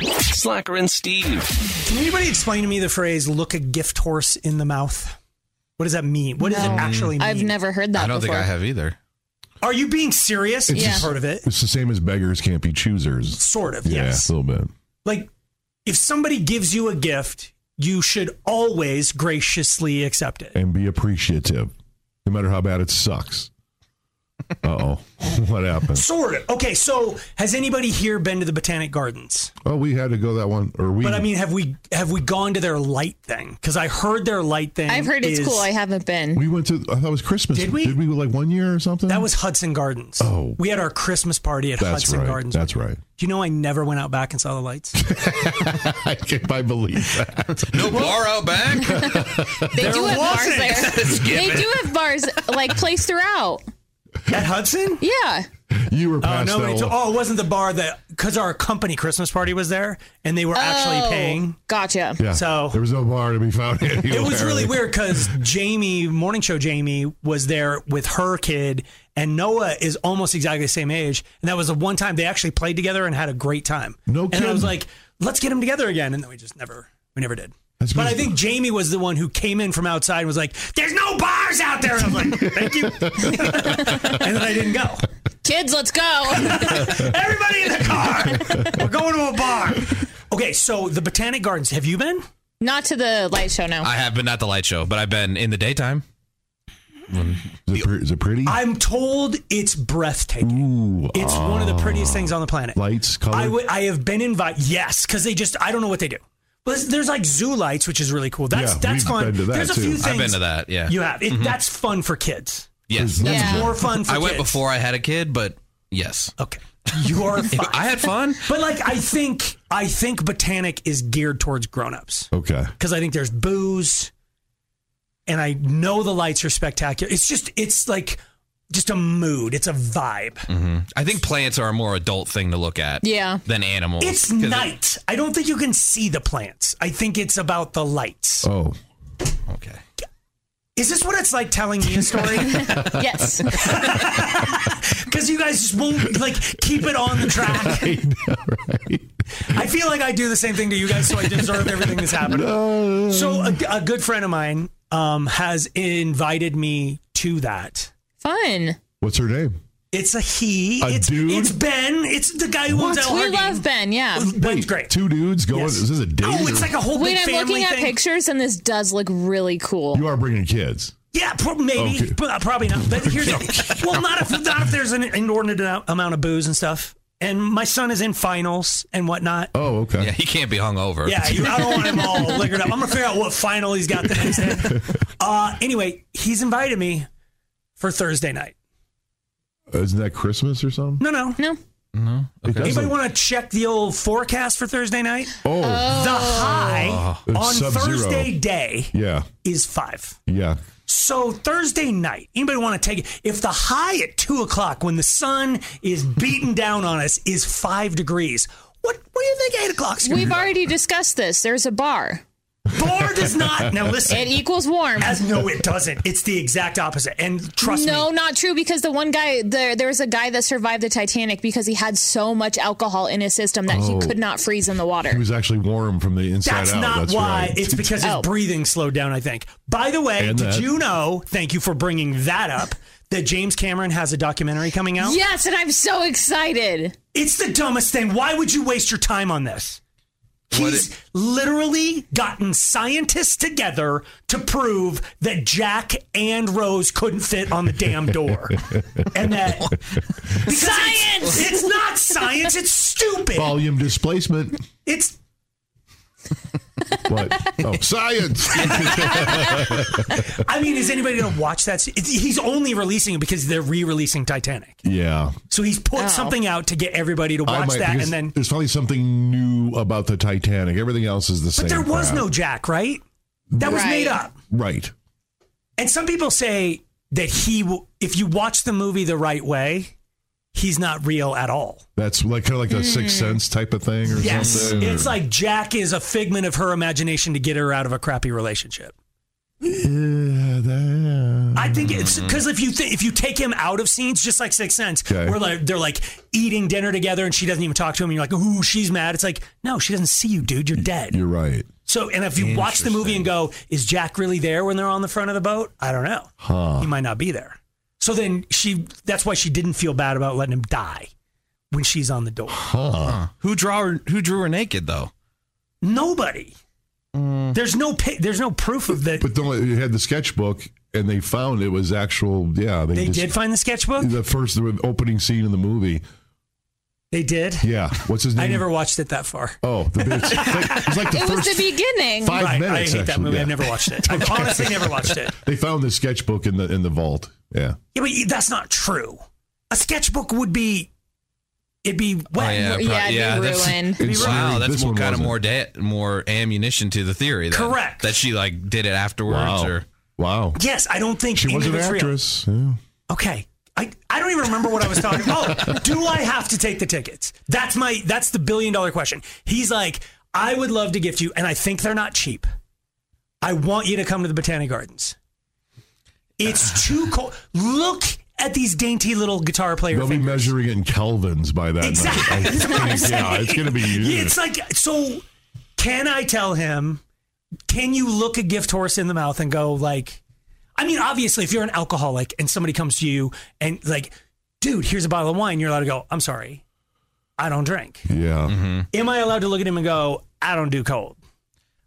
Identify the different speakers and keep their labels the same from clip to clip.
Speaker 1: Slacker and Steve.
Speaker 2: Can anybody explain to me the phrase "look a gift horse in the mouth"? What does that mean? What does it
Speaker 3: No.
Speaker 2: actually mean?
Speaker 3: I've never heard that
Speaker 4: I don't
Speaker 3: before.
Speaker 4: think I have either.
Speaker 2: Are you being serious?
Speaker 3: It's
Speaker 2: You've
Speaker 3: just-
Speaker 2: heard of it?
Speaker 5: It's the same as beggars can't be choosers.
Speaker 2: Sort of.
Speaker 5: Yeah,
Speaker 2: yes.
Speaker 5: a little bit.
Speaker 2: Like, if somebody gives you a gift, you should always graciously accept it.
Speaker 5: And be appreciative, no matter how bad it sucks. Uh oh, what happened?
Speaker 2: Sort of. Okay, so has anybody here been to the Botanic Gardens?
Speaker 5: Oh, we had to go that one, or we.
Speaker 2: But I mean, have we have we gone to their light thing? Because I heard their light thing.
Speaker 3: I've heard it's
Speaker 2: is-
Speaker 3: cool. I haven't been.
Speaker 5: we went to. I thought it was Christmas.
Speaker 2: Did we?
Speaker 5: Did we go, like one year or something?
Speaker 2: that was Hudson Gardens.
Speaker 5: Oh.
Speaker 2: we had our Christmas party at
Speaker 5: That's
Speaker 2: Hudson
Speaker 5: right.
Speaker 2: Gardens.
Speaker 5: That's right.
Speaker 2: Do you know I never went out back and saw the lights?
Speaker 5: I can't I believe that.
Speaker 4: No bar out back.
Speaker 3: They do have bars
Speaker 2: wasn't.
Speaker 3: there. they do have bars like placed throughout.
Speaker 2: at Hudson?
Speaker 3: Yeah.
Speaker 5: You were
Speaker 2: Oh,
Speaker 5: past
Speaker 2: nobody
Speaker 5: that
Speaker 2: told,
Speaker 5: one.
Speaker 2: oh, it wasn't the bar that because our company Christmas party was there and they were actually
Speaker 3: Oh,
Speaker 2: paying.
Speaker 3: Gotcha.
Speaker 5: yeah.
Speaker 2: so-
Speaker 5: there was no bar to be found anywhere.
Speaker 2: It was really weird because Jamie, morning show Jamie, was there with her kid, and Noah is almost exactly the same age. And that was the one time they actually played together and had a great time.
Speaker 5: No
Speaker 2: And I was
Speaker 5: kidding.
Speaker 2: like, let's get them together again, and then we just never, we never did.
Speaker 5: That's
Speaker 2: but I
Speaker 5: because-
Speaker 2: think Jamie was the one who came in from outside and was like, "There's no bars out there," and I'm like, "Thank you," and then I didn't go.
Speaker 3: Kids, let's go.
Speaker 2: Everybody in the car, we're going to a bar. Okay, so the Botanic Gardens. Have you been?
Speaker 3: Not to the light show now.
Speaker 4: I have been at the light show, but I've been in the daytime.
Speaker 5: Is it, pre- is it pretty?
Speaker 2: I'm told it's breathtaking.
Speaker 5: Ooh, ah.
Speaker 2: It's one of the prettiest things on the planet.
Speaker 5: lights, color.
Speaker 2: I would- I have been invited. Yes, because they just I don't know what they do. But there's, there's like zoo lights, which is really cool. That's
Speaker 5: Yeah,
Speaker 2: that's
Speaker 5: we've
Speaker 2: fun.
Speaker 5: been to that,
Speaker 2: there's a
Speaker 5: too.
Speaker 2: few
Speaker 5: I've
Speaker 2: things
Speaker 4: I've been to that. Yeah.
Speaker 2: you have. It, That's fun for kids.
Speaker 4: yes.
Speaker 5: There's
Speaker 3: Yeah.
Speaker 2: More fun for
Speaker 4: I went
Speaker 2: kids.
Speaker 4: before I had a kid, but yes.
Speaker 2: Okay, you are
Speaker 4: If
Speaker 2: fine.
Speaker 4: I had fun.
Speaker 2: but like I think I think Botanic is geared towards grown-ups
Speaker 5: Okay.
Speaker 2: because I think there's booze, and I know the lights are spectacular. It's just it's like just a mood. It's a vibe.
Speaker 4: I think plants are a more adult thing to look at.
Speaker 3: Yeah.
Speaker 4: Than animals.
Speaker 2: It's
Speaker 4: 'Cause it-
Speaker 2: night. I don't think you can see the plants. I think it's about the lights.
Speaker 5: Oh,
Speaker 4: okay.
Speaker 2: Is this what it's like telling me a story?
Speaker 3: yes.
Speaker 2: Because you guys just won't like keep it on the track. I, feel like I do the same thing to you guys, so I deserve everything that's happened. So a, a good friend of mine um, has invited me to that.
Speaker 3: Fun.
Speaker 5: what's her name?
Speaker 2: It's a he.
Speaker 5: A
Speaker 2: it's,
Speaker 5: dude?
Speaker 2: it's Ben. It's the guy who owns El
Speaker 3: We love Ben. Yeah.
Speaker 2: Ben's great.
Speaker 5: Two dudes going.
Speaker 2: Yes.
Speaker 5: Is this a date?
Speaker 2: Oh, it's
Speaker 5: or-
Speaker 2: like a whole
Speaker 3: Wait,
Speaker 2: big
Speaker 3: I'm
Speaker 2: family
Speaker 3: looking at
Speaker 2: thing.
Speaker 3: pictures and this does look really cool.
Speaker 2: Oh.
Speaker 5: You are bringing kids.
Speaker 2: Yeah, pro- maybe,
Speaker 5: Okay.
Speaker 2: but uh, probably not. But here's well, not if not if there's an inordinate amou- amount of booze and stuff. And my son is in finals and whatnot.
Speaker 5: Oh, okay.
Speaker 4: Yeah, he can't be hungover.
Speaker 2: Yeah, you, I don't want him all liquored up. I'm gonna figure out what final he's got the next day. Uh, anyway, he's invited me for Thursday night.
Speaker 5: Isn't that Christmas or something?
Speaker 2: No, no.
Speaker 3: No.
Speaker 5: It
Speaker 2: Anybody
Speaker 5: doesn't-
Speaker 2: want to check the old forecast for Thursday night?
Speaker 5: oh,
Speaker 2: The high on
Speaker 5: It's Ah. sub-zero.
Speaker 2: Thursday day
Speaker 5: yeah,
Speaker 2: is five.
Speaker 5: yeah.
Speaker 2: So Thursday night, anybody want to take it? If the high at two o'clock, when the sun is beating down on us, is five degrees, what what do you think eight o'clock's gonna
Speaker 3: We've
Speaker 2: be?
Speaker 3: already discussed this. There's a bar.
Speaker 2: Bar does not. Now
Speaker 3: It
Speaker 2: listen,
Speaker 3: equals warm.
Speaker 2: as no, it doesn't. It's the exact opposite. And trust
Speaker 3: No,
Speaker 2: me,
Speaker 3: not true. Because the one guy, there, there was a guy that survived the Titanic because he had so much alcohol in his system that he
Speaker 5: Oh.
Speaker 3: could not freeze in the water.
Speaker 5: He was actually warm from the inside
Speaker 2: that's
Speaker 5: out.
Speaker 2: not
Speaker 5: That's
Speaker 2: why.
Speaker 5: right.
Speaker 2: It's because his
Speaker 3: Oh.
Speaker 2: breathing slowed down. I think. By the way,
Speaker 5: And
Speaker 2: did
Speaker 5: that.
Speaker 2: you know? Thank you for bringing that up. That James Cameron has a documentary coming out.
Speaker 3: Yes, and I'm so excited.
Speaker 2: It's the dumbest thing. Why would you waste your time on this?
Speaker 4: What
Speaker 2: He's
Speaker 4: it-
Speaker 2: literally gotten scientists together to prove that Jack and Rose couldn't fit on the damn door. and that because it's-
Speaker 3: Science!
Speaker 2: It's, not science, it's stupid.
Speaker 5: volume displacement.
Speaker 2: it's
Speaker 5: What? Oh, science.
Speaker 2: I mean, is anybody going to watch that? se- It's, he's only releasing it because they're re-releasing Titanic.
Speaker 5: yeah.
Speaker 2: So he's put
Speaker 3: Oh.
Speaker 2: something out to get everybody to
Speaker 5: I
Speaker 2: watch
Speaker 5: might-
Speaker 2: that,
Speaker 5: because
Speaker 2: and then.
Speaker 5: there's probably something new about the Titanic. Everything else is the same.
Speaker 2: But there was
Speaker 5: crap.
Speaker 2: no Jack, right? That was made
Speaker 3: Right.
Speaker 2: up.
Speaker 5: right.
Speaker 2: And some people say that he, w- if you watch the movie the right way, he's not real at all.
Speaker 5: That's like kind of like a sixth sense type of thing, or
Speaker 2: Hmm. Yes,
Speaker 5: something.
Speaker 2: it's like Jack is a figment of her imagination to get her out of a crappy relationship.
Speaker 5: Yeah, that-
Speaker 2: I think it's
Speaker 5: Mm.
Speaker 2: because if you th- if you take him out of scenes, just like Sixth Sense,
Speaker 5: Okay.
Speaker 2: where like, they're like eating dinner together and she doesn't even talk to him, and you're like, ooh, she's mad. It's like, no, she doesn't see you, dude. You're dead.
Speaker 5: You're right.
Speaker 2: so, and if you watch the movie and go, is Jack really there when they're on the front of the boat? I don't know. He might not be there. So then she, that's why she didn't feel bad about letting him die when she's on the door.
Speaker 4: Who draw her, who drew her naked though?
Speaker 2: Nobody. There's no pi- there's no proof of that.
Speaker 5: Mm. But don't you had the sketchbook, and they found it was actual. Yeah,
Speaker 2: They
Speaker 5: just-
Speaker 2: did find the sketchbook.
Speaker 5: the first the opening scene in the movie.
Speaker 2: They did.
Speaker 5: Yeah, what's his name?
Speaker 2: I never watched it that far.
Speaker 5: Oh, the it's like, it's like the
Speaker 3: It was
Speaker 5: first
Speaker 3: the beginning.
Speaker 5: five
Speaker 2: right.
Speaker 5: minutes.
Speaker 2: I hate that
Speaker 5: actually,
Speaker 2: movie.
Speaker 5: yeah.
Speaker 2: I've never watched it. I've honestly never watched it.
Speaker 5: They found the sketchbook in the in the vault. Yeah.
Speaker 2: Yeah, but that's not true. A sketchbook would be, it'd be wet.
Speaker 5: Oh,
Speaker 4: prob-
Speaker 3: Yeah, it'd be
Speaker 4: that's-
Speaker 3: ruined.
Speaker 5: In
Speaker 4: Wow,
Speaker 5: theory,
Speaker 4: that's
Speaker 5: this
Speaker 4: more
Speaker 5: one
Speaker 4: kind of
Speaker 5: wasn't.
Speaker 4: more da- more ammunition to the theory. Then,
Speaker 2: Correct.
Speaker 4: That she like did it afterwards.
Speaker 5: Wow.
Speaker 4: Or,
Speaker 5: Wow.
Speaker 2: Yes, I don't think
Speaker 5: She
Speaker 2: any
Speaker 5: was
Speaker 2: of
Speaker 5: an
Speaker 2: it's real.
Speaker 5: actress. Yeah.
Speaker 2: Okay. I, I don't even remember what I was talking. Oh, do I have to take the tickets? That's my that's the billion dollar question. He's like, I would love to gift you, and I think they're not cheap. I want you to come to the Botanic Gardens. It's too cold. Look at these dainty little guitar player
Speaker 5: They'll be
Speaker 2: fingers.
Speaker 5: measuring it in kelvins by that.
Speaker 2: Exactly.
Speaker 5: Night. I
Speaker 2: That's what I'm
Speaker 5: think, yeah,
Speaker 2: saying.
Speaker 5: it's gonna be.
Speaker 2: It's like so. Can I tell him? Can you look a gift horse in the mouth and go like? I mean, obviously, if you're an alcoholic and somebody comes to you and like, dude, here's a bottle of wine, you're allowed to go. I'm sorry, I don't drink.
Speaker 5: yeah.
Speaker 2: Am I allowed to look at him and go, I don't do cold?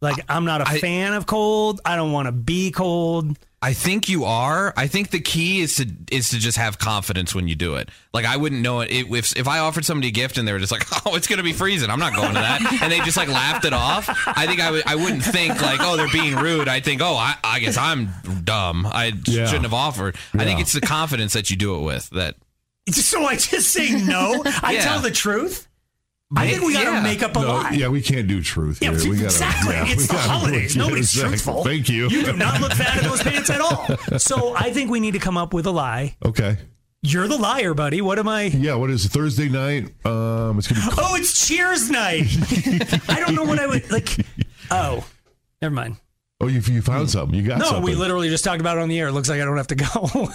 Speaker 2: Like, I'm not a
Speaker 4: I-
Speaker 2: fan of cold. I don't want to be cold.
Speaker 4: I think you are. I think the key is to is to just have confidence when you do it. Like I wouldn't know it it- if if I offered somebody a gift and they were just like, "Oh, it's going to be freezing. I'm not going to that," and they just like laughed it off. I think I would. I wouldn't think like, "Oh, they're being rude." I think, "Oh, I, I guess I'm dumb. I
Speaker 5: Yeah.
Speaker 4: shouldn't have offered." I think
Speaker 5: Yeah.
Speaker 4: it's the confidence that you do it with that.
Speaker 2: So I just say no. I
Speaker 4: Yeah.
Speaker 2: tell the truth. I think we got to
Speaker 4: Yeah.
Speaker 2: make up a
Speaker 5: No,
Speaker 2: lie.
Speaker 5: yeah, we can't do truth
Speaker 2: Yeah,
Speaker 5: here. We gotta,
Speaker 2: exactly.
Speaker 5: yeah, we
Speaker 2: it's the
Speaker 5: gotta-
Speaker 2: holidays.
Speaker 5: yeah,
Speaker 2: Nobody's
Speaker 5: exactly.
Speaker 2: truthful.
Speaker 5: Thank you.
Speaker 2: You do not look fat in those pants at all. So I think we need to come up with a lie.
Speaker 5: Okay.
Speaker 2: You're the liar, buddy. What am I?
Speaker 5: Yeah. What is it, Thursday night? Um, it's gonna be.
Speaker 2: Oh, it's Cheers night. I don't know what I would like. Oh, never mind.
Speaker 5: Oh, you, you found something. You got
Speaker 2: No,
Speaker 5: something.
Speaker 2: we literally just talked about it on the air. It looks like I don't have to go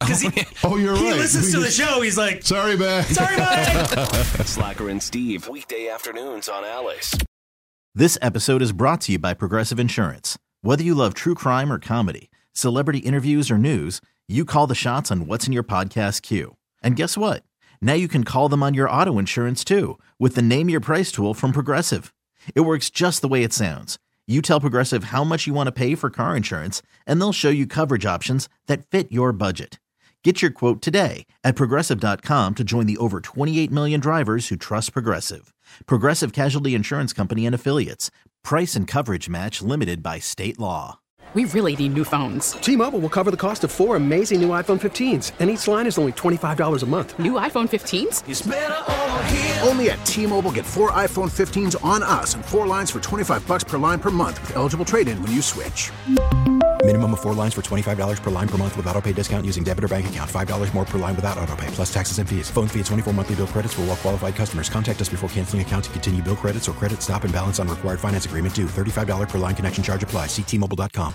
Speaker 2: because he,
Speaker 5: Oh, you're
Speaker 2: he
Speaker 5: right.
Speaker 2: listens
Speaker 5: We
Speaker 2: to the
Speaker 5: just-
Speaker 2: show. He's like,
Speaker 5: Sorry, man.
Speaker 2: sorry, bye.
Speaker 1: Slacker and Steve, weekday afternoons on Alice.
Speaker 6: This episode is brought to you by Progressive Insurance. Whether you love true crime or comedy, celebrity interviews or news, you call the shots on what's in your podcast queue. And guess what? Now you can call them on your auto insurance too with the Name Your Price tool from Progressive. It works just the way it sounds. You tell Progressive how much you want to pay for car insurance, and they'll show you coverage options that fit your budget. Get your quote today at progressive.com to join the over 28 million drivers who trust Progressive. Progressive Casualty Insurance Company and Affiliates. Price and coverage match limited by state law.
Speaker 7: We really need new phones.
Speaker 8: T-Mobile will cover the cost of four amazing new iPhone 15s, and each line is only $25 a month.
Speaker 7: New iPhone 15s?
Speaker 9: Only at T-Mobile get four iPhone 15s on us and four lines for 25 bucks per line per month with eligible trade-in when you switch.
Speaker 10: Minimum of four lines for $25 per line per month with auto pay discount using debit or bank account. $5 more per line without auto pay, plus taxes and fees. Phone fee at 24 monthly bill credits for all qualified customers. Contact us before canceling account to continue bill credits or credit stop and balance on required finance agreement due. $35 per line connection charge apply. Ctmobile.com.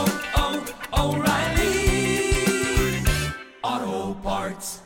Speaker 1: oh, oh, O'Reilly Auto Parts.